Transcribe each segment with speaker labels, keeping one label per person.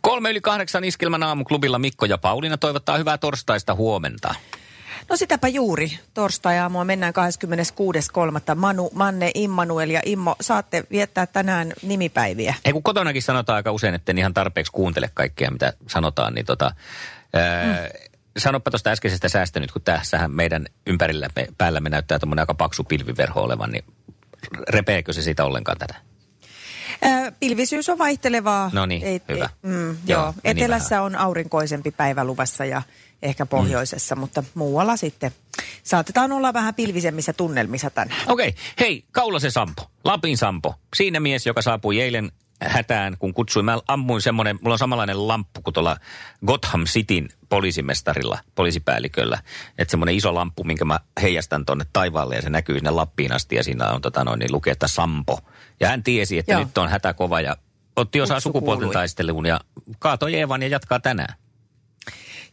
Speaker 1: Kolme yli kahdeksan iskelmän aamuklubilla Mikko ja Pauliina toivottaa hyvää torstaista huomenta.
Speaker 2: No sitäpä juuri. Torstai-aamua mennään 26.3. Manu, Manne, Immanuel ja Immo, saatte viettää tänään nimipäiviä.
Speaker 1: Ei kun kotonakin sanotaan aika usein, että en ihan tarpeeksi kuuntele kaikkea, mitä sanotaan, niin tota, ää, sanoppa tuosta äskeisestä säästä nyt, kun tässähän meidän ympärillä me, päällä me näyttää tämmöinen aika paksu pilviverho olevan, niin repeekö se siitä ollenkaan tätä?
Speaker 2: Ö, pilvisyys on vaihtelevaa.
Speaker 1: No niin,
Speaker 2: Ei-
Speaker 1: hyvä.
Speaker 2: ei- Mm, joo,
Speaker 1: Joo,
Speaker 2: joo,
Speaker 1: meni
Speaker 2: etelässä on aurinkoisempi päivä luvassa ja ehkä pohjoisessa, mm. mutta muualla sitten saatetaan olla vähän pilvisemmissä tunnelmissa tänään.
Speaker 1: Okei, okay. hei, Kaulasen Sampo, Lapin Sampo. Siinä mies, joka saapui eilen hätään, kun kutsuin. Mä ammuin semmoinen, mulla on samanlainen lamppu kuin tuolla Gotham Cityn poliisimestarilla, poliisipäälliköllä. Että semmoinen iso lamppu, minkä mä heijastan tuonne taivaalle ja se näkyy sinne Lappiin asti ja siinä on tota noin, niin lukee, että Sampo. Ja hän tiesi, että
Speaker 2: Joo.
Speaker 1: Joo. nyt on hätä kova ja otti osaa
Speaker 2: Kutsu
Speaker 1: sukupuolten
Speaker 2: kuului.
Speaker 1: taisteluun ja kaatoi Eevan ja jatkaa tänään.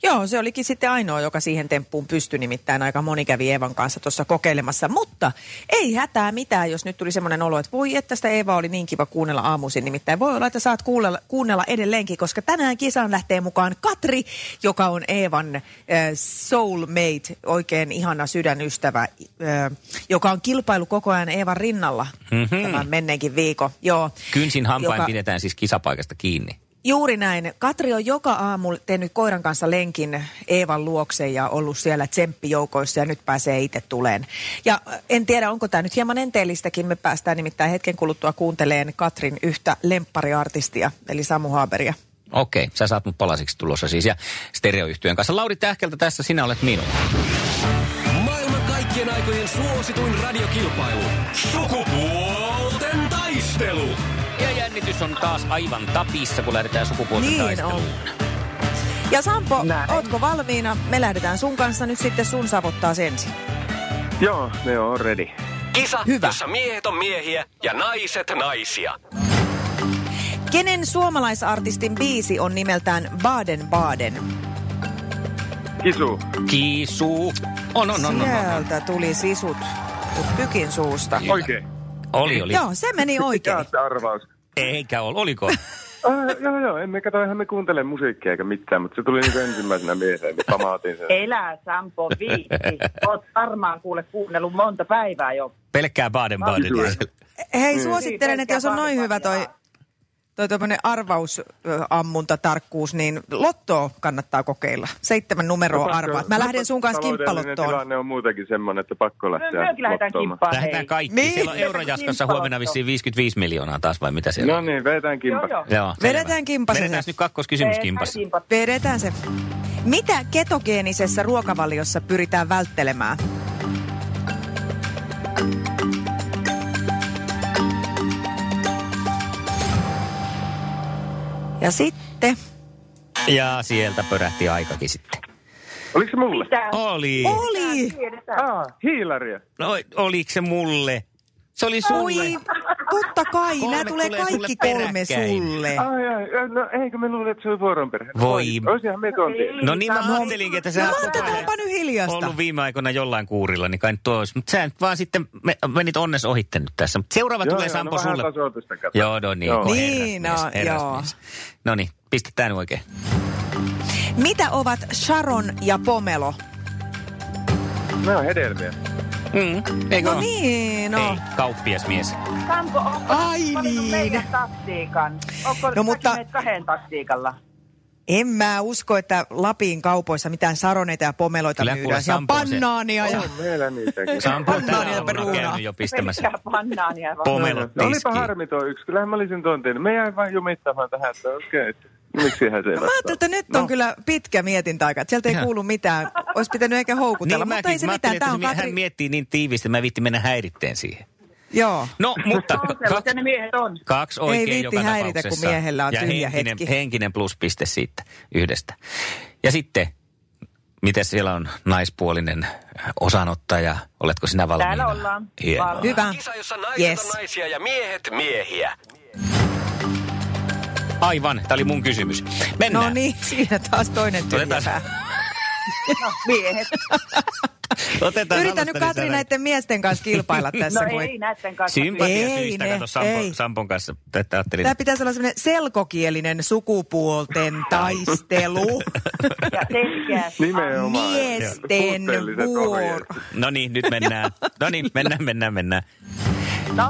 Speaker 2: Joo, se olikin sitten ainoa, joka siihen temppuun pystyi, nimittäin aika moni kävi Eevan kanssa tuossa kokeilemassa. Mutta ei hätää mitään, jos nyt tuli semmoinen olo, että voi että sitä Eeva oli niin kiva kuunnella aamuisin. Nimittäin voi olla, että saat kuunnella, kuunnella edelleenkin, koska tänään kisaan lähtee mukaan Katri, joka on Eevan äh, soulmate, oikein ihana sydänystävä, äh, joka on kilpailu koko ajan Eevan rinnalla mm-hmm. tämän menneenkin viikon. Joo.
Speaker 1: Kynsin hampain
Speaker 2: Joka-
Speaker 1: Joka... pidetään siis kisapaikasta kiinni.
Speaker 2: Juuri näin. Katri on joka aamu tehnyt koiran kanssa lenkin Eevan luokse ja ollut siellä tsemppijoukoissa ja nyt pääsee itse tuleen. Ja äh, en tiedä, onko tämä nyt hieman enteellistäkin. Me päästään nimittäin hetken kuluttua kuunteleen Katrin yhtä lemppariartistia, eli Samu Haaberia.
Speaker 1: Okei, sä saat mut palasiksi tulossa siis ja stereoyhtyön kanssa. Lauri Tähkältä tässä, sinä olet minun.
Speaker 3: Maailman kaikkien aikojen suosituin radiokilpailu. Sukupuolten taistelu.
Speaker 1: Ja jännitys on taas aivan tapissa, kun lähdetään sukupuolten
Speaker 2: Niin
Speaker 1: taisteluun.
Speaker 2: Ja Sampo, Näin. ootko valmiina? Me lähdetään sun kanssa nyt sitten sun savottaa ensin.
Speaker 4: Joo, ne on ready.
Speaker 3: Kisa,
Speaker 2: Hyvä.
Speaker 3: jossa miehet on miehiä ja naiset naisia.
Speaker 2: Kenen suomalaisartistin biisi on nimeltään Baden Baden?
Speaker 4: Kisu.
Speaker 1: Kisu. On,
Speaker 2: No,
Speaker 1: on, on, on, on.
Speaker 2: Sieltä tuli sisut mut pykin suusta.
Speaker 1: Kyllä.
Speaker 4: Oikein.
Speaker 1: Oli, oli.
Speaker 2: Joo, se meni oikein.
Speaker 4: Jaatte arvaus.
Speaker 1: Eikä ole, oliko?
Speaker 4: Äh, joo, joo, emme kato, eihän me kuuntele musiikkia eikä mitään, mutta se tuli niinku ensimmäisenä mieleen, niin pamautin sen.
Speaker 5: Elä Sampo viitti. Oot varmaan kuule kuunnellut monta päivää jo.
Speaker 1: Pelkkää baden baden.
Speaker 4: Kyllä.
Speaker 2: Hei, suosittelen,
Speaker 5: Niin,
Speaker 2: että jos on noin hyvä toi, toi tuommoinen arvausammuntatarkkuus, niin lottoa kannattaa kokeilla. Seitsemän numeroa arvaat. Mä lähden sun kanssa
Speaker 4: Taloudellinen
Speaker 2: kimppalottoon.
Speaker 4: tilanne on muutenkin semmoinen, että pakko
Speaker 5: Me,
Speaker 4: lähteä
Speaker 5: No, mekin lähdetään
Speaker 4: lottoomaan.
Speaker 5: kimppaan, hei.
Speaker 1: Lähdetään kaikki.
Speaker 2: Niin.
Speaker 1: Niin. Siellä on Eurojaskassa huomenna vissiin 55 miljoonaa taas, vai mitä siellä
Speaker 4: No
Speaker 1: on?
Speaker 4: niin, vedetään kimpa.
Speaker 5: Joo, joo.
Speaker 1: Joo,
Speaker 2: Vedetään
Speaker 1: selvä.
Speaker 2: kimpassa
Speaker 1: Vedetään
Speaker 2: se.
Speaker 1: nyt kakkoskysymys kimpassa.
Speaker 5: Tehdään kimpat.
Speaker 2: Vedetään se. Mitä ketogeenisessä ruokavaliossa pyritään välttelemään? Ja sitten...
Speaker 1: Ja sieltä pörähti aikakin sitten.
Speaker 4: Oliko se mulle?
Speaker 5: Mitä?
Speaker 1: Oli.
Speaker 2: Oli!
Speaker 5: Tiedetään.
Speaker 4: Ah, hiilaria.
Speaker 1: No, oliko se mulle? Se oli sulle.
Speaker 2: Oi, totta kai.
Speaker 1: Kolme
Speaker 2: Nämä tulee
Speaker 1: tulee sulle
Speaker 2: kaikki kolme
Speaker 1: peräkkäin.
Speaker 2: sulle.
Speaker 4: Ai, ai, no eikö me luulet, että se oli vuoronperhe?
Speaker 1: Voi.
Speaker 4: Olisihan me tonti.
Speaker 1: No niin, mä ajattelinkin, että sä
Speaker 2: No
Speaker 1: oot
Speaker 2: laitetaanpa nyt hiljasta.
Speaker 1: ollut viime aikoina jollain kuurilla, niin kai nyt ois. Mutta sä nyt vaan sitten me, menit onnes ohitte nyt tässä. Mut seuraava
Speaker 4: Joo,
Speaker 1: tulee
Speaker 4: joo,
Speaker 1: Sampo
Speaker 4: no vähän
Speaker 1: sulle.
Speaker 4: tasoitusta, kato.
Speaker 1: Joo, no niin,
Speaker 4: Joo.
Speaker 1: kun
Speaker 2: Niin,
Speaker 1: herrasmies,
Speaker 2: no,
Speaker 1: herrasmies. No niin, pistetään oikein.
Speaker 2: Mitä ovat Sharon ja Pomelo?
Speaker 4: Ne on hedelmiä.
Speaker 1: Mm, eikö
Speaker 2: No
Speaker 1: oo?
Speaker 2: niin,
Speaker 1: Ei,
Speaker 2: no.
Speaker 1: kauppiasmies.
Speaker 5: Sampo, onko
Speaker 2: Ai
Speaker 5: valinnut
Speaker 2: niin.
Speaker 5: meidän taktiikan? Onko
Speaker 2: No
Speaker 5: no,
Speaker 2: mutta-
Speaker 5: mutta... kahden taktiikalla?
Speaker 2: En mä usko, että Lapin kaupoissa mitään saroneita ja pomeloita
Speaker 1: Kyllä,
Speaker 2: myydään.
Speaker 1: kuule,
Speaker 2: Siellä on
Speaker 1: Sampo on se- Oh.
Speaker 2: bannaania ja...
Speaker 4: On meillä niitäkin.
Speaker 1: Sampo on
Speaker 2: Bannaania
Speaker 1: tänä
Speaker 2: ja
Speaker 1: aamuna
Speaker 2: peruunaa.
Speaker 1: käynyt jo pistämässä Niin
Speaker 5: Pelkkää bannaania vaan.
Speaker 1: pomelot
Speaker 4: No olipa
Speaker 1: tiskiin.
Speaker 4: harmi tuo yksi. Kyllähän mä olisin tuon tehnyt. Me jäin vain jumittamaan tähän, että okei. Okay. Miksi hän se
Speaker 2: No, Mä ajattelin, että nyt on kyllä pitkä mietintäaika. että Sieltä ei
Speaker 1: No. Ihan.
Speaker 2: kuulu mitään. Olisi pitänyt ehkä houkutella,
Speaker 1: Niin
Speaker 2: mutta
Speaker 1: mäkin,
Speaker 2: ei se
Speaker 1: mä ajattelin,
Speaker 2: mitään.
Speaker 1: että
Speaker 2: Tämä
Speaker 1: se
Speaker 2: on
Speaker 1: mie- Hän
Speaker 2: Katri.
Speaker 1: miettii niin tiivisti, mä en viitti mennä häiritteen siihen.
Speaker 2: Joo.
Speaker 1: No, mutta...
Speaker 5: On se, mitä ne miehet on.
Speaker 1: Kaksi
Speaker 2: Ei
Speaker 1: oikein
Speaker 2: viitti
Speaker 1: joka
Speaker 2: häiritä,
Speaker 1: tapauksessa.
Speaker 2: kun miehellä on
Speaker 1: ja
Speaker 2: tyhjä
Speaker 1: henkinen,
Speaker 2: hetki.
Speaker 1: henkinen pluspiste siitä yhdestä. Ja sitten, Miten siellä on naispuolinen osanottaja? Oletko sinä valmiina?
Speaker 5: Täällä ollaan.
Speaker 1: Hienoa.
Speaker 5: Valmiina.
Speaker 2: Hyvä.
Speaker 3: Kisa, jossa naiset
Speaker 2: Ah, Yes.
Speaker 3: on naisia ja miehet miehiä.
Speaker 1: Aivan, tämä oli mun kysymys. Mennään.
Speaker 2: No niin, siinä taas toinen tyhjä
Speaker 1: Otetaan,
Speaker 2: pää.
Speaker 5: No, miehet.
Speaker 1: otetaan
Speaker 2: Yritän nyt
Speaker 1: alusta, niin
Speaker 2: Katri
Speaker 1: saadaan-
Speaker 2: näiden miesten kanssa kilpailla
Speaker 5: No
Speaker 2: tässä. kun
Speaker 5: ei näiden kanssa.
Speaker 1: Sympatiasyistä,
Speaker 2: Ei ne,
Speaker 1: kato Sampo,
Speaker 2: ei.
Speaker 1: Sampon kanssa. Tätä ajattelin.
Speaker 2: Tämä pitäisi olla semmoinen selkokielinen sukupuolten taistelu.
Speaker 5: Ja selkeästi.
Speaker 4: Nimenomaan.
Speaker 2: Miesten
Speaker 4: Puutteelliset
Speaker 2: vuoro.
Speaker 4: ohjeet.
Speaker 1: No niin, nyt mennään. No niin, mennään, mennään, mennään.
Speaker 5: No,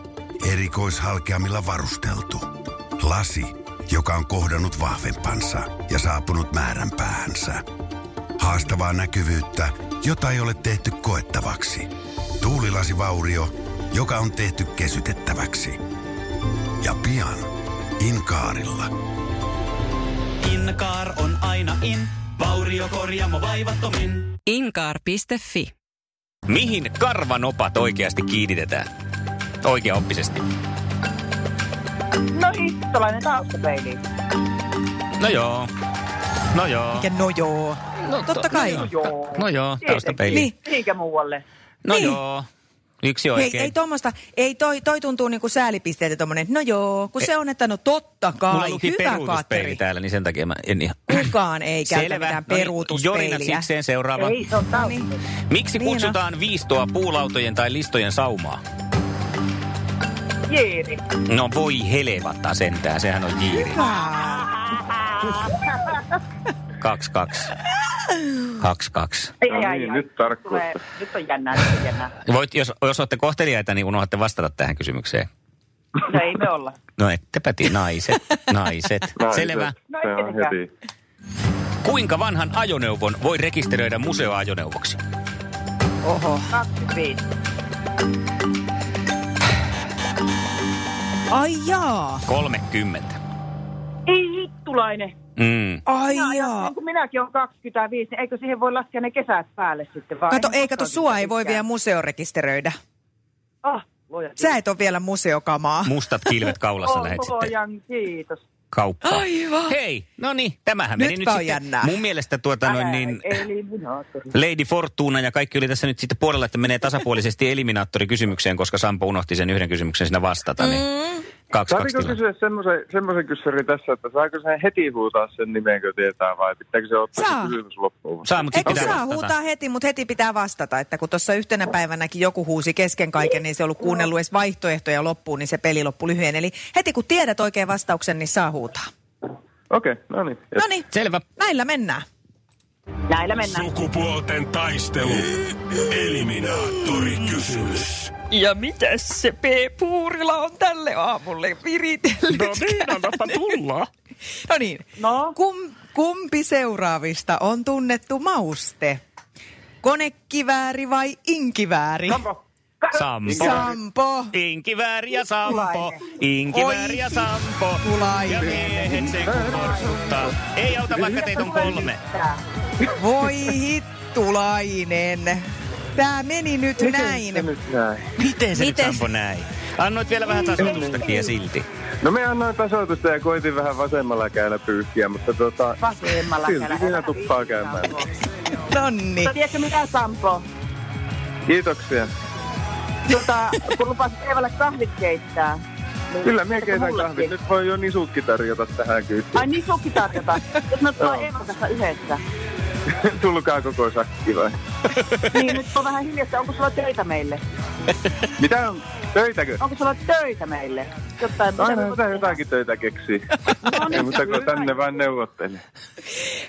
Speaker 6: Erikoishalkeamilla varusteltu. Lasi, joka on kohdannut vahvempansa ja saapunut määränpäähänsä. Haastavaa näkyvyyttä, jota ei ole tehty koettavaksi. Tuulilasivaurio, joka on tehty kesytettäväksi. Ja pian Inkaarilla.
Speaker 7: Inkaar on aina in, vauriokorjaamo vaivattomin.
Speaker 8: Inkaar.fi.
Speaker 1: Mihin karvanopat oikeasti kiinnitetään? Oikea oppisesti.
Speaker 5: no hittolainen taustapeili.
Speaker 1: No joo. No joo.
Speaker 2: Ja no joo. No, Totta kai.
Speaker 1: No
Speaker 2: No
Speaker 1: joo, no joo taustapeili.
Speaker 2: Niin.
Speaker 5: Niinkä muualle.
Speaker 1: No
Speaker 2: Niin.
Speaker 1: joo. Yksi
Speaker 2: Hei,
Speaker 1: oikein.
Speaker 2: ei tuommoista, ei toi, toi tuntuu niinku säälipisteeltä tommonen, no joo, kun se on, että no totta
Speaker 1: E- Mulla
Speaker 2: kai,
Speaker 1: luki
Speaker 2: hyvä
Speaker 1: peruutuspeili
Speaker 2: Katteri.
Speaker 1: täällä, niin sen takia mä en ihan...
Speaker 2: Kukaan ei käytä mitään
Speaker 1: No niin,
Speaker 2: peruutuspeiliä.
Speaker 1: Jorina sikseen seuraava.
Speaker 5: Ei, se on taustapeili.
Speaker 2: Niin.
Speaker 1: Miksi
Speaker 2: Niina.
Speaker 1: kutsutaan viistoa puulautojen tai listojen saumaa?
Speaker 5: Jeeri.
Speaker 1: No voi helevata sentään, sehän on jiiri.
Speaker 2: Aa,
Speaker 1: Kaksi, kaksi. Kaksi, kaksi.
Speaker 5: Ai,
Speaker 4: No
Speaker 5: ai,
Speaker 4: niin,
Speaker 5: ai.
Speaker 4: nyt tarkkuutta.
Speaker 5: Tulee- Nyt on jännää, nyt on jännää.
Speaker 1: Voit, jos, jos olette kohteliaita, niin unohdatte vastata tähän kysymykseen.
Speaker 5: No ei me olla.
Speaker 1: No ettepä tii, naiset, naiset.
Speaker 4: Naiset,
Speaker 1: Selvä.
Speaker 5: No
Speaker 4: Se
Speaker 5: ei
Speaker 4: on
Speaker 5: tietenkään.
Speaker 4: heti.
Speaker 1: Kuinka vanhan ajoneuvon voi rekisteröidä museoajoneuvoksi?
Speaker 5: Oho. 25.
Speaker 2: Ai jaa,
Speaker 1: 30.
Speaker 5: Ei hittulainen.
Speaker 1: Mm.
Speaker 2: ai
Speaker 5: Minä ajattelen,
Speaker 2: jaa.
Speaker 5: kun minäkin on 25, niin eikö siihen voi laskea ne kesät päälle sitten vaan?
Speaker 2: Kato,
Speaker 5: En
Speaker 2: ei
Speaker 5: koskaan
Speaker 2: kato, sua ei
Speaker 5: sitä
Speaker 2: voi
Speaker 5: pitkään.
Speaker 2: vielä museorekisteröidä.
Speaker 5: Ah, luoja
Speaker 2: Sä et ole vielä museokamaa.
Speaker 1: Mustat kilvet kaulassa
Speaker 5: Oh,
Speaker 1: lähet sitten
Speaker 5: luojan kiitos.
Speaker 1: kauppaan.
Speaker 2: Aivan.
Speaker 1: Hei, no niin, tämähän meni nyt
Speaker 2: Nytpä on
Speaker 1: sitten.
Speaker 2: jännää.
Speaker 1: Mun mielestä tuota noin niin...
Speaker 5: Eliminaattori.
Speaker 1: Lady Fortuna ja kaikki oli tässä nyt sitten puolella, että menee tasapuolisesti eliminaattorikysymykseen, koska Sampo unohti sen yhden kysymyksen sinä vastata. Niin
Speaker 2: Mm.
Speaker 1: kaksi, kaksi
Speaker 4: Saatiko
Speaker 1: tilaa.
Speaker 4: niinku kysyä semmoisen, semmoisen kyssärin tässä, että saako sen heti huutaa sen nimen, kun tietää vai pitääkö se ottaa
Speaker 2: Saa.
Speaker 4: se kysymys loppuun? vasta?
Speaker 1: Saa, mutta
Speaker 2: Eikö
Speaker 1: pitää
Speaker 2: saa
Speaker 1: vastata.
Speaker 2: huutaa heti, mutta heti pitää vastata, että kun tuossa yhtenä päivänäkin joku huusi kesken kaiken, niin se ei ollut kuunnellut edes vaihtoehtoja loppuun, niin se peli loppui lyhyen. Eli heti kun tiedät oikein vastauksen, niin saa huutaa.
Speaker 4: Okei, no niin.
Speaker 2: No niin,
Speaker 1: Selvä.
Speaker 2: näillä mennään.
Speaker 5: Näillä mennään.
Speaker 9: Sukupuolten taistelu. Eliminaattori kysymys.
Speaker 2: Ja mitäs se P. Puurila on tälle aamulle viritellyt?
Speaker 1: niin,
Speaker 9: tulla.
Speaker 2: No niin.
Speaker 5: No?
Speaker 2: Kum, kumpi seuraavista on tunnettu mauste? Konekivääri vai inkivääri?
Speaker 5: Sampo.
Speaker 1: Sampo.
Speaker 2: Sampo.
Speaker 1: Inkivääri ja Sampo. Inkivääri ja
Speaker 2: Oi,
Speaker 1: Sampo.
Speaker 2: Kulainen.
Speaker 1: Ja miehet sen kun porsuttaa. Ei auta vaikka teitä on kolme.
Speaker 2: Voi hittulainen. Tämä meni nyt näin.
Speaker 4: Se nyt näin.
Speaker 1: Miten se nyt
Speaker 2: Miten?
Speaker 1: Sampo näin? Annoit vielä vähän tasoitustakin ja silti.
Speaker 4: No me annoin tasoitusta ja koitin vähän vasemmalla käydä pyyhkiä, mutta tota...
Speaker 5: Vasemmalla
Speaker 4: Silti siinä tuppaa käymään.
Speaker 2: Nonni.
Speaker 5: Mutta tiedätkö mitä, Sampo?
Speaker 4: Kiitoksia.
Speaker 5: Tota, kun lupasit Eevalle kahvit keittää. niin
Speaker 4: Kyllä me
Speaker 5: pitäisikö
Speaker 4: keitän
Speaker 5: mullekin?
Speaker 4: kahvit. Nyt voi jo nisutkin tarjota tähän kyytiin.
Speaker 5: Ai niin, sunkin tarjota. Jos me tullaan Eevan kanssa yhdessä.
Speaker 4: Tulkaa koko sakki vai?
Speaker 5: Niin, nyt on vähän hiljasta. Onko sulla töitä meille?
Speaker 4: Mitä on? Töitäkö?
Speaker 5: Onko sulla töitä meille? Jotain,
Speaker 4: No
Speaker 5: mitä me
Speaker 4: aina
Speaker 5: voidaan
Speaker 4: jotakin töitä keksii.
Speaker 5: tehdä? No
Speaker 4: Ei
Speaker 5: niin,
Speaker 4: muuta kuin
Speaker 5: kyllä.
Speaker 4: tänne vaan neuvottele.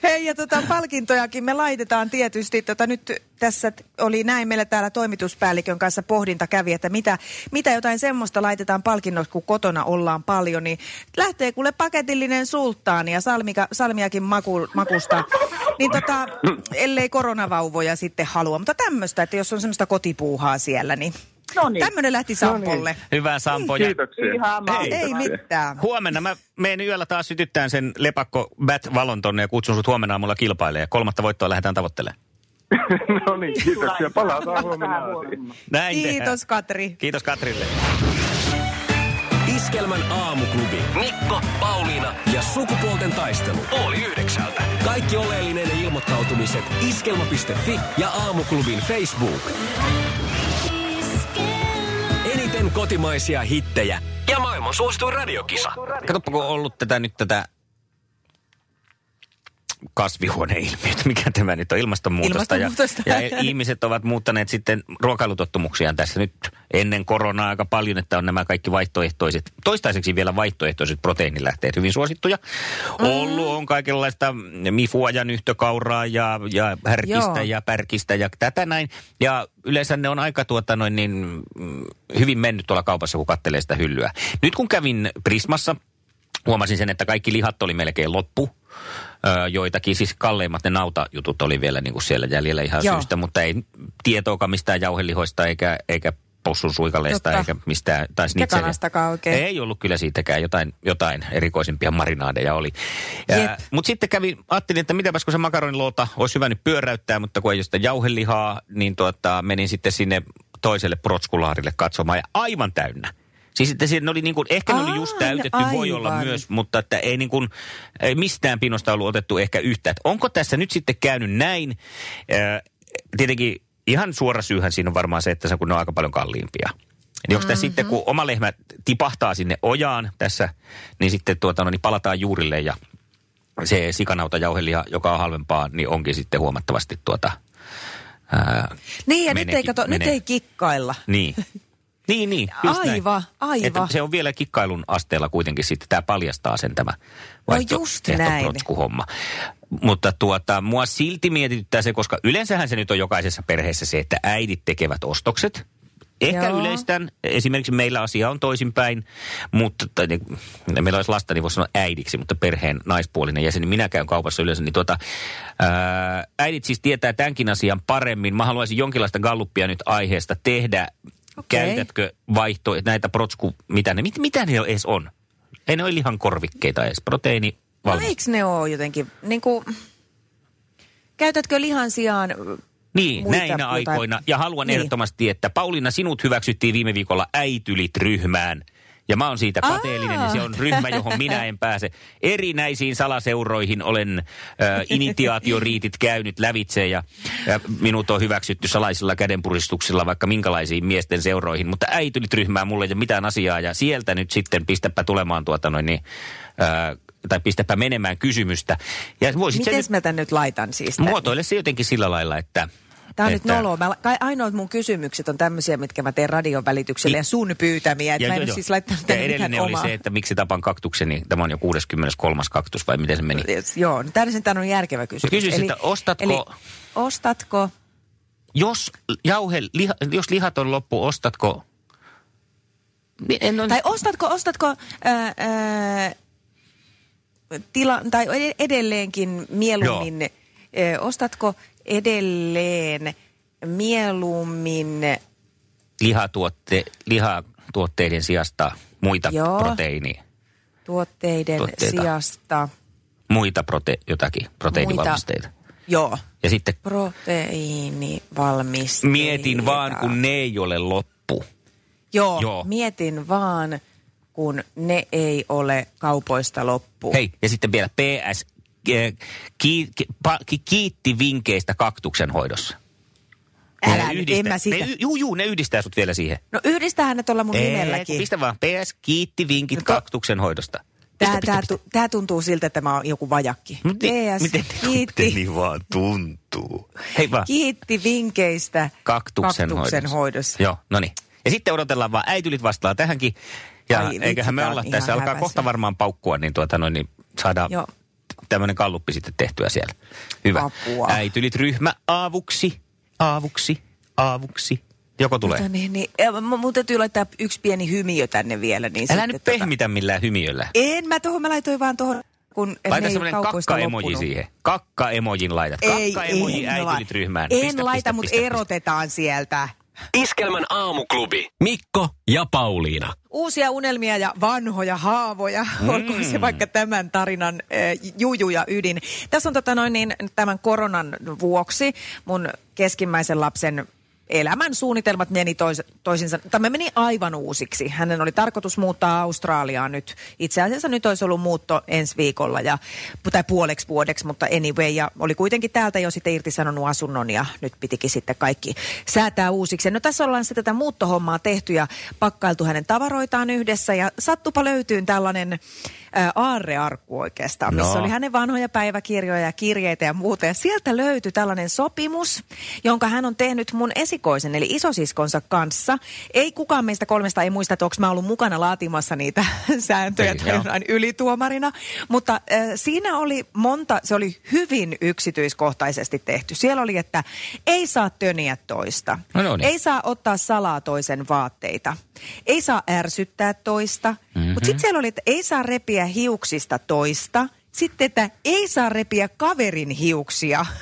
Speaker 2: Hei, ja tota, palkintojakin me laitetaan tietysti. Tota, nyt tässä t- oli näin, meillä täällä toimituspäällikön kanssa pohdinta kävi, että mitä, mitä jotain semmoista laitetaan palkinnoksi, kun kotona ollaan paljon. Niin lähtee kuule paketillinen sulttaani ja salmika, salmiakin maku, makusta. Niin tota, ellei koronavauvoja sitten halua. Mutta tämmöistä, että jos on semmoista kotipuuhaa siellä, niin
Speaker 5: No niin.
Speaker 2: tämmöinen lähti Sampolle.
Speaker 1: Hyvä Sampo. Ja
Speaker 4: Kiitoksia.
Speaker 5: Ihan
Speaker 1: Ei.
Speaker 2: Ei
Speaker 5: mahtavaa.
Speaker 2: mitään.
Speaker 1: huomenna mä menen yöllä taas sytyttään sen lepakko bat valon tonne ja kutsun sut huomenna aamulla kilpailemaan. Ja kolmatta voittoa lähdetään tavoittelemaan.
Speaker 4: no niin, kiitoksia. Palataan huomenna.
Speaker 5: Vähän
Speaker 4: asiaan.
Speaker 5: huonommin.
Speaker 1: Näin tehdään.
Speaker 2: Kiitos Katri.
Speaker 1: Kiitos Katrille.
Speaker 3: Iskelmän aamuklubi. Mikko, Pauliina ja sukupuolten taistelu. Oli yhdeksältä. Kaikki oleellinen ilmoittautumiset iskelma.fi ja aamuklubin Facebook. Eniten kotimaisia hittejä ja maailman suosituin radiokisa.
Speaker 1: Katsoppa, kun on ollut tätä nyt tätä kasvihuoneilmiötä, mikä tämä nyt on, ilmastonmuutosta.
Speaker 2: Ilmastonmuutosta.
Speaker 1: Ja, ja ihmiset ovat muuttaneet sitten ruokailutottumuksiaan tässä nyt ennen koronaa aika paljon, että on nämä kaikki vaihtoehtoiset, toistaiseksi vielä vaihtoehtoiset proteiinilähteet hyvin suosittuja. Mm. Ollut on kaikenlaista mifua ja nyhtökauraa ja, ja härkistä
Speaker 2: Joo.
Speaker 1: ja pärkistä ja tätä näin. Ja yleensä ne on aika tuota noin niin mm, hyvin mennyt tuolla kaupassa, kun kattelee sitä hyllyä. Nyt kun kävin Prismassa, huomasin sen, että kaikki lihat oli melkein loppu. Öö, joitakin, siis kalleimmat ne nautajutut oli vielä niin kuin siellä jäljellä ihan
Speaker 2: Joo.
Speaker 1: syystä, mutta ei tietoakaan mistään jauhelihoista eikä, eikä possun suikaleista
Speaker 2: Totta.
Speaker 1: eikä mistään. Tai snitseli-
Speaker 2: kalastakaan oikein.
Speaker 1: Ei ollut kyllä siitäkään, jotain, jotain erikoisimpia marinaadeja oli.
Speaker 2: Jep.
Speaker 1: Mutta sitten kävin, ajattelin, että mitäpäs kun se makaroniloota olisi hyvä nyt pyöräyttää, mutta kun ei ole sitä jauhelihaa, niin tuota, menin sitten sinne toiselle protskulaarille katsomaan ja aivan täynnä. Siis että siinä oli niin kuin, ehkä ne oli just
Speaker 2: Aa,
Speaker 1: täytetty, voi olla
Speaker 2: aivan.
Speaker 1: myös, mutta että ei, niin kuin, ei mistään pinosta ollut otettu ehkä yhtä. Että onko tässä nyt sitten käynyt näin? Ö, Tietenkin ihan suora syyhän siinä on varmaan se, että se- kun ne on aika paljon kalliimpia. Niin onko mm-hmm. sitten,
Speaker 2: Mhm.
Speaker 1: kun oma lehmä tipahtaa sinne ojaan tässä, niin sitten tuota, no, niin palataan juurille ja se sikanautajauhelia, joka on halvempaa, niin onkin sitten huomattavasti tuota... äh, Ää,
Speaker 2: Niin, ja nyt
Speaker 1: meneekin-
Speaker 2: ei, kato, nyt
Speaker 1: menee-
Speaker 2: ei kikkailla.
Speaker 1: niin. Niin, niin. Just
Speaker 2: Aivan,
Speaker 1: näin.
Speaker 2: aivan.
Speaker 1: Että se on vielä kikkailun asteella kuitenkin sitten. Tämä paljastaa sen tämä
Speaker 2: No just näin.
Speaker 1: homma. Mutta tuota, mua silti mietityttää se, koska yleensähän se nyt on jokaisessa perheessä se, että äidit tekevät ostokset. Ehkä Joo.
Speaker 2: Joo.
Speaker 1: yleistän. Esimerkiksi meillä asia on toisinpäin, mutta tai, niin, meillä olisi lasta, niin voisi sanoa äidiksi, mutta perheen naispuolinen jäsen, niin minä käyn kaupassa yleensä, niin tuota, ää, äidit siis tietää tämänkin asian paremmin. Mä haluaisin jonkinlaista galluppia nyt aiheesta tehdä. Okay.
Speaker 2: Okei.
Speaker 1: Käytätkö vaihto, näitä protsku, mitä ne, mit, mitä ne edes on? Ei ne ole lihan korvikkeita edes, proteiini,
Speaker 2: No
Speaker 1: valmis.
Speaker 2: eikö ne ole jotenkin, niin kuin, käytätkö lihan sijaan,
Speaker 1: Niin,
Speaker 2: muita-
Speaker 1: näinä
Speaker 2: jotain-
Speaker 1: aikoina. Ja haluan niin.
Speaker 2: Niin.
Speaker 1: ehdottomasti, että Pauliina, sinut hyväksyttiin viime viikolla äitylit ryhmään. Ja mä oon siitä
Speaker 2: Aa.
Speaker 1: pateellinen, ja se on ryhmä, johon minä en pääse. Erinäisiin salaseuroihin olen äh, initiaatioriitit käynyt lävitse, ja, ja minut on hyväksytty salaisilla kädenpuristuksilla vaikka minkälaisiin miesten seuroihin. Mutta äitylit ryhmään mulle ei ole mitään asiaa, ja sieltä nyt sitten pistäpä tulemaan tuota noin, niin, äh, tai pistäpä menemään kysymystä. Ja voisit sen
Speaker 2: miten
Speaker 1: nyt
Speaker 2: mä tämän nyt laitan siis? tän?
Speaker 1: Muotoile se jotenkin sillä lailla, että...
Speaker 2: Tämä on nyt
Speaker 1: että,
Speaker 2: noloa. Mä, kai ainoat mun kysymykset on tämmöisiä, mitkä mä teen radion välityksellä
Speaker 1: Niin.
Speaker 2: ja sun pyytämiä. Et
Speaker 1: Ja
Speaker 2: mä en
Speaker 1: joo,
Speaker 2: ole
Speaker 1: joo.
Speaker 2: siis laittanut
Speaker 1: ja
Speaker 2: tänne mitään
Speaker 1: edellinen oli
Speaker 2: omaa.
Speaker 1: se, että miksi tapan kaktukseni, tämä on jo 63. kaktus vai miten se meni?
Speaker 2: Yes, Joo, no tämä on järkevä kysymys.
Speaker 1: kysyisin, että ostatko-
Speaker 2: Eli, ostatko,
Speaker 1: Jos, jauhe, liha, jos lihat on loppu, ostatko? Niin, En ole,
Speaker 2: tai ostatko, ostatko ää, ää, tila, tai ed- edelleenkin mieluummin, ää, ostatko edelleen mieluummin
Speaker 1: lihatuotte, lihatuotteiden sijasta muita
Speaker 2: Joo.
Speaker 1: proteiinia,
Speaker 2: tuotteiden
Speaker 1: Tuotteita.
Speaker 2: Tuotteita. sijasta
Speaker 1: muita prote, jotakin proteiinivalmisteita.
Speaker 2: Joo.
Speaker 1: Ja sitten
Speaker 2: Proteiinivalmisteita.
Speaker 1: mietin vaan, kun ne ei ole loppu. Joo.
Speaker 2: Joo, Joo, mietin vaan, kun ne ei ole kaupoista loppu.
Speaker 1: Hei, ja sitten vielä PS, eh, ki, ki, pa, ki, kiitti vinkeistä kaktuksen hoidossa.
Speaker 2: Älä
Speaker 1: Ne
Speaker 2: nyt,
Speaker 1: yhdistää-
Speaker 2: en mä sitä.
Speaker 1: Ne, y- juu, juu, ne yhdistää sut vielä siihen.
Speaker 2: No yhdistähän ne tuolla mun
Speaker 1: Ei,
Speaker 2: nimelläkin.
Speaker 1: Pistä vaan, PS, kiitti vinkit
Speaker 2: No to-
Speaker 1: kaktuksen hoidosta.
Speaker 2: Tää,
Speaker 1: Pistä, pistä,
Speaker 2: tää,
Speaker 1: pistä.
Speaker 2: tu, tää tuntuu siltä, että mä oon joku vajakki.
Speaker 1: Miten,
Speaker 2: PS,
Speaker 1: miten, miten
Speaker 2: kiitti,
Speaker 1: niin vaan tuntuu? Hei vaan,
Speaker 2: kiitti vinkkeistä
Speaker 1: kaktuksen,
Speaker 2: kaktuksen hoidossa.
Speaker 1: Joo, no niin. Ja sitten odotellaan vaan, äitylit vastaa tähänkin. Ja
Speaker 2: Ai
Speaker 1: Ai,
Speaker 2: vitsi,
Speaker 1: eiköhän me
Speaker 2: tää on
Speaker 1: olla
Speaker 2: ihan
Speaker 1: tässä, alkaa
Speaker 2: häpäisevä.
Speaker 1: kohta varmaan paukkua, niin, tuota, noin, niin saadaan
Speaker 2: Joo.
Speaker 1: tämmöinen kalluppi sitten tehtyä siellä. Hyvä.
Speaker 2: Apua.
Speaker 1: Äitylit ryhmä aavuksi, aavuksi, aavuksi. Joko tulee?
Speaker 2: Mutta niin, niin, ja mu- mun täytyy laittaa yksi pieni hymiö tänne vielä. Niin
Speaker 1: Älä
Speaker 2: sitten
Speaker 1: nyt
Speaker 2: tota-
Speaker 1: pehmitä millään hymiöllä.
Speaker 2: En mä tuohon, mä laitoin vaan tuohon, kun ne
Speaker 1: Laita
Speaker 2: ei
Speaker 1: semmoinen
Speaker 2: kaupoista
Speaker 1: kakka-emoji
Speaker 2: loppunut.
Speaker 1: siihen. Kakka-emojin laitat.
Speaker 2: Ei,
Speaker 1: Kakka-emoji
Speaker 2: en
Speaker 1: äitilit
Speaker 2: laita.
Speaker 1: ryhmään.
Speaker 2: En
Speaker 1: Pistä,
Speaker 2: laita,
Speaker 1: pistä,
Speaker 2: mutta
Speaker 1: pistä, pistä.
Speaker 2: erotetaan sieltä.
Speaker 7: Iskelmän aamuklubi.
Speaker 3: Mikko ja Pauliina.
Speaker 2: Uusia unelmia ja vanhoja haavoja, mm. olkoon se vaikka tämän tarinan äh, juju ja ydin. Tässä on tota noin, niin, tämän koronan vuoksi mun keskimmäisen lapsen elämän suunnitelmat meni tois, toisinsa, tai me meni aivan uusiksi. Hänen oli tarkoitus muuttaa Australiaan nyt. Itse asiassa nyt olisi ollut muutto ensi viikolla ja, tai puoleksi vuodeksi, mutta anyway. Ja oli kuitenkin täältä jo sitten irtisanonut asunnon ja nyt pitikin sitten kaikki säätää uusiksi. No tässä ollaan sitten tätä muuttohommaa tehty ja pakkailtu hänen tavaroitaan yhdessä ja sattupa löytyy tällainen ää, aarrearkku oikeastaan, missä
Speaker 1: No.
Speaker 2: oli hänen vanhoja päiväkirjoja ja kirjeitä ja muuta. Ja sieltä löytyi tällainen sopimus, jonka hän on tehnyt mun esikoisen, eli isosiskonsa kanssa. Ei kukaan meistä kolmesta ei muista, että onko mä ollut mukana laatimassa niitä sääntöjä
Speaker 1: Ei,
Speaker 2: ei,
Speaker 1: Niin, joo.
Speaker 2: tai jonain ylituomarina. Mutta äh, siinä oli monta, se oli hyvin yksityiskohtaisesti tehty. Siellä oli, että ei saa töniä toista.
Speaker 1: No, no niin.
Speaker 2: Ei saa ottaa salaa toisen vaatteita. Ei saa ärsyttää toista.
Speaker 1: Mhm.
Speaker 2: Mm-hmm. Mutta sitten siellä oli, että ei saa repiä hiuksista toista. Sitten, että ei saa repiä kaverin hiuksia.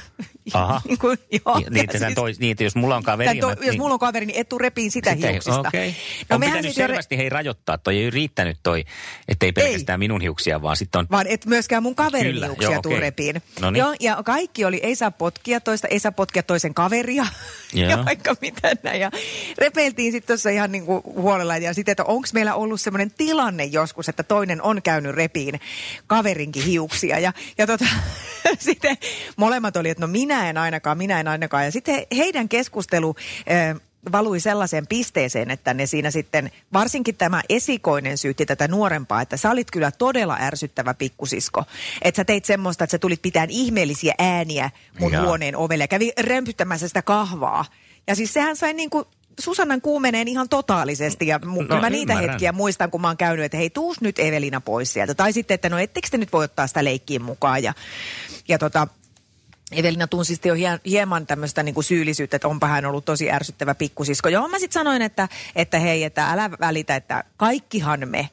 Speaker 1: Aha.
Speaker 2: Niin kuin, joo,
Speaker 1: Ni- Niitä, siis... tois, niitä, jos mulla on
Speaker 2: tämän
Speaker 1: kaveri.
Speaker 2: to,
Speaker 1: mä-
Speaker 2: jos mulla on kaveri, niin et tuu repiin sitä,
Speaker 1: Sitä ei-
Speaker 2: hiuksista.
Speaker 1: Okei.
Speaker 2: No
Speaker 1: on
Speaker 2: mehän
Speaker 1: pitänyt
Speaker 2: sitten jo re-
Speaker 1: selvästi hei rajoittaa. Toi ei riittänyt toi, ettei pelkästään minun hiuksia, vaan sitten on...
Speaker 2: vaan et myöskään mun kaverin
Speaker 1: Kyllä,
Speaker 2: Kyllä,
Speaker 1: joo,
Speaker 2: hiuksia tuu
Speaker 1: okei.
Speaker 2: repiin.
Speaker 1: No niin.
Speaker 2: Joo, ja kaikki oli, ei saa potkia toista, ei saa potkia toisen kaveria
Speaker 1: Joo.
Speaker 2: ja, ja vaikka mitä näin. Ja repeiltiin sitten tuossa ihan niinku huolella ja sitten, että onko meillä ollut semmoinen tilanne joskus, että toinen on käynyt repiin kaverinkin hiuksia. Ja, ja tota, sitten molemmat oli, että no minä en ainakaan, minä en ainakaan. Ja sitten he- heidän keskustelu... eh, valui sellaiseen pisteeseen, että ne siinä sitten, varsinkin tämä esikoinen syytti tätä nuorempaa, että sä olit kyllä todella ärsyttävä pikkusisko. Että sä teit semmoista, että sä tulit pitään ihmeellisiä ääniä mun
Speaker 1: Jaa.
Speaker 2: Jaa. huoneen ovelle ja kävi römpyttämässä sitä kahvaa. Ja siis sehän sai niin kuin Susannan kuumeneen ihan totaalisesti ja mu- no, mä niitä
Speaker 1: ymmärrän.
Speaker 2: hetkiä muistan, kun mä oon käynyt, että hei, tuus nyt Evelina pois sieltä. Tai sitten, että no ettekö te nyt voi ottaa sitä leikkiin mukaan ja, ja tota, Evelina tunsi sitten jo hie- hieman tämmöistä niin syyllisyyttä, että onpa hän ollut tosi ärsyttävä pikkusisko. Joo, mä sitten sanoin, että, että hei, että älä välitä, että kaikkihan me.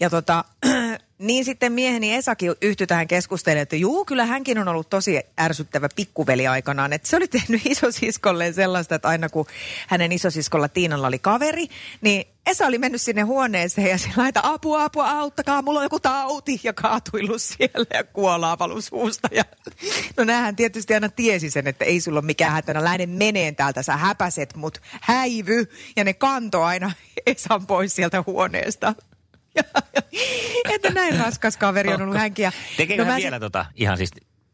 Speaker 2: Ja tota, niin sitten mieheni Esakin yhtyi tähän keskusteluun, että juu, kyllä hänkin on ollut tosi ärsyttävä pikkuveli aikanaan. Että se oli tehnyt isosiskolleen sellaista, että aina kun hänen isosiskolla Tiinalla oli kaveri, niin Esa oli mennyt sinne huoneeseen ja se laita apua, apua, auttakaa, mulla on joku tauti ja kaatuillut siellä ja kuolaa valus suusta. Ja... No näähän tietysti aina tiesi sen, että ei sulla ole mikään hätänä, No lähde meneen täältä, sä häpäset mut, häivy. Ja ne kanto aina Esan pois sieltä huoneesta. että näin raskas kaveri on ollut hänkin. ja-
Speaker 1: Tekeekö
Speaker 2: No
Speaker 1: hän
Speaker 2: mä sit-
Speaker 1: vielä tota ihan siis...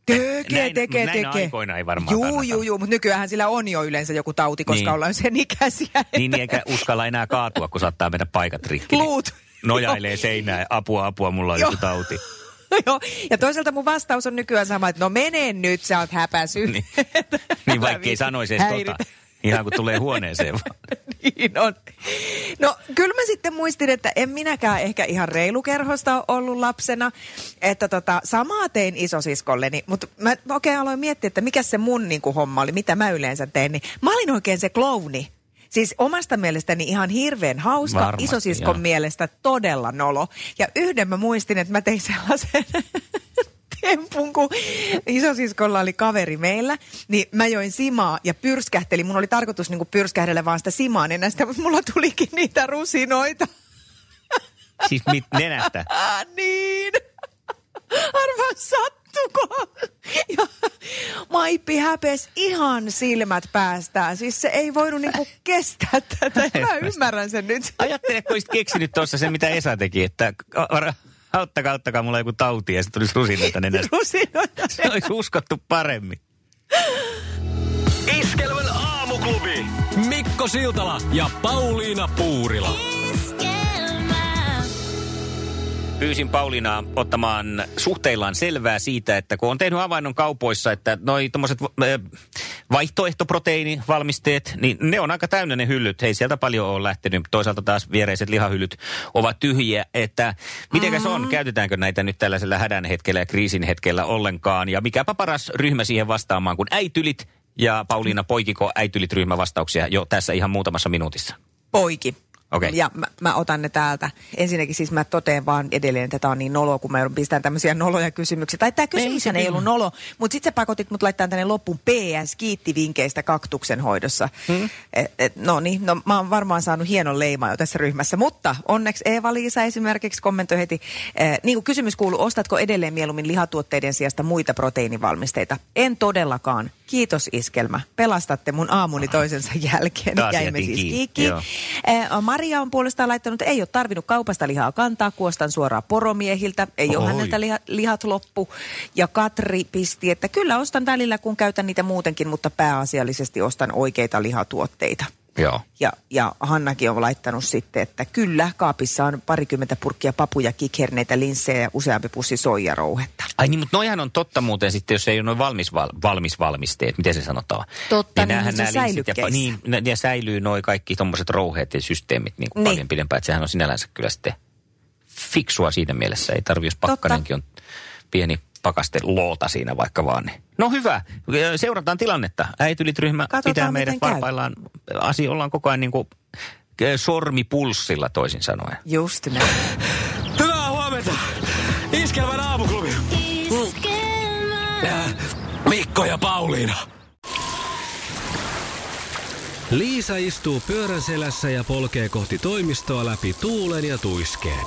Speaker 2: Tekee,
Speaker 1: Näin-
Speaker 2: tekee,
Speaker 1: näinä
Speaker 2: tekee.
Speaker 1: aikoina ei varmaan
Speaker 2: Juu,
Speaker 1: kannata.
Speaker 2: juu, juu, mutta nykyään sillä on jo yleensä joku tauti, koska
Speaker 1: Niin.
Speaker 2: niin. ollaan sen ikäisiä. että-
Speaker 1: Niin, niin eikä uskalla enää kaatua, kun saattaa mennä paikat rikki. niin
Speaker 2: Luut.
Speaker 1: Nojailee seinään, apua, apua, mulla on
Speaker 2: Joo.
Speaker 1: joku tauti. Niin
Speaker 2: Joo, ja toisaalta mun vastaus on nykyään sama, että no mene nyt, sä oot häpäsy.
Speaker 1: Niin, niin vaikkei sanoisi edes tota. Ihan kun tulee huoneeseen vaan.
Speaker 2: niin on. No kyllä mä sitten muistin, että en minäkään ehkä ihan reilukerhosta ole ollut lapsena. Että tota, samaa tein isosiskolleni, mutta mä oikein aloin miettiä, että mikä se mun niin kuin, homma oli, mitä mä yleensä tein. Niin mä olin oikein se klouni. Siis omasta mielestäni ihan hirveän hauska,
Speaker 1: Varmasti,
Speaker 2: isosiskon
Speaker 1: joo.
Speaker 2: mielestä todella nolo. Ja yhden mä muistin, että mä tein sellaisen tempun, kun isosiskolla oli kaveri meillä, niin mä join simaa ja pyrskähtelin. Mun oli tarkoitus niin pyrskähdellä vaan sitä simaa nenästä, mutta mulla tulikin niitä rusinoita.
Speaker 1: Siis mit, nenästä.
Speaker 2: Ah, niin. Arvaa sattuko. Ja Maippi häpes ihan silmät päästään. Siis se ei voinut niinku kestää tätä. Mä ymmärrän sen nyt.
Speaker 1: Ajattele, kun olisit keksinyt tuossa sen, mitä Esa teki, että a- a- auttakaa, auttakaa, mulla on joku tauti ja sitten tulisi rusinoita nenästä.
Speaker 2: Rusinoita.
Speaker 1: Se olisi uskottu paremmin.
Speaker 7: Iskelmän aamuklubi.
Speaker 3: Mikko Siltala ja Pauliina Puurila.
Speaker 1: pyysin Pauliinaa ottamaan suhteillaan selvää siitä, että kun on tehnyt havainnon kaupoissa, että noi tommoset va- ö, vaihtoehtoproteiinivalmisteet, niin ne on aika täynnä ne hyllyt. Ei sieltä paljon ole lähtenyt. Toisaalta taas viereiset lihahyllyt ovat tyhjiä, että mitenkäs on, käytetäänkö näitä nyt tällaisella hädän hetkellä ja kriisin hetkellä ollenkaan. Ja mikäpä paras ryhmä siihen vastaamaan kuin äitylit ja Pauliina Poikiko äitylit ryhmä vastauksia jo tässä ihan muutamassa minuutissa.
Speaker 2: Poiki.
Speaker 1: Okei.
Speaker 2: Ja mä, mä otan ne täältä. Ensinnäkin siis mä totean vaan edelleen, että tämä on niin noloa, kun mä joudun pistämään tämmöisiä noloja kysymyksiä. Tai tämä kysymys ei, ei ollut nolo, mutta sitten sä pakotit mut laittaa tänne loppuun PS, kiitti vinkkeistä kaktuksen hoidossa. Hmm? Et, et, no niin, no mä oon varmaan saanut hienon leimaa jo tässä ryhmässä, mutta onneksi Eeva-Liisa esimerkiksi kommentoi heti. Eh, niin kuin kysymys kuuluu, ostatko edelleen mieluummin lihatuotteiden sijasta muita proteiinivalmisteita? En todellakaan. Kiitos iskelmä. Pelastatte mun aamuni toisensa jälkeen.
Speaker 1: Taas
Speaker 2: Jäimme
Speaker 1: jäätiin
Speaker 2: siis
Speaker 1: kiinni,
Speaker 2: kiikkiin.
Speaker 1: joo.
Speaker 2: Eh, Maria on puolestaan laittanut, että ei ole tarvinnut kaupasta lihaa kantaa, kuostan suoraan poromiehiltä, ei ole
Speaker 1: Oi.
Speaker 2: häneltä liha, lihat loppu. Ja Katri pisti, että kyllä ostan välillä, kun käytän niitä muutenkin, mutta pääasiallisesti ostan oikeita lihatuotteita.
Speaker 1: Joo.
Speaker 2: Ja, ja Hannakin on laittanut sitten, että kyllä, kaapissa on parikymmentä purkkia papuja, kikherneitä, linssejä ja useampi pussi soijarouhetta.
Speaker 1: Ai niin, mutta noihan on totta muuten sitten, jos ei ole noin valmis, val, valmis valmisteet, miten se sanotaan.
Speaker 2: Totta, niin
Speaker 1: näähän
Speaker 2: se
Speaker 1: nää linssit ja, pa-
Speaker 2: säilykkeissä.
Speaker 1: niin, ne, ne säilyy noin kaikki tuommoiset rouheet ja systeemit niin kuin
Speaker 2: Niin.
Speaker 1: niin. paljon pidempään. Että sehän on sinällänsä kyllä sitten fiksua siinä mielessä. Ei tarvi, jos
Speaker 2: Totta.
Speaker 1: pakkanenkin on pieni pakaste loota siinä vaikka vaan. niin. No hyvä, seurataan tilannetta. Äitylit-ryhmä
Speaker 2: Katsotaan,
Speaker 1: pitää meidät
Speaker 2: miten käy.
Speaker 1: varpaillaan. Asia ollaan koko ajan niin kuin eh, sormipulssilla toisin sanoen.
Speaker 2: Just näin.
Speaker 3: Hyvää huomenta! Iskelmän aamuklubi! Äh, Mikko ja Pauliina. Liisa istuu pyörän selässä ja polkee kohti toimistoa läpi tuulen ja tuiskeen.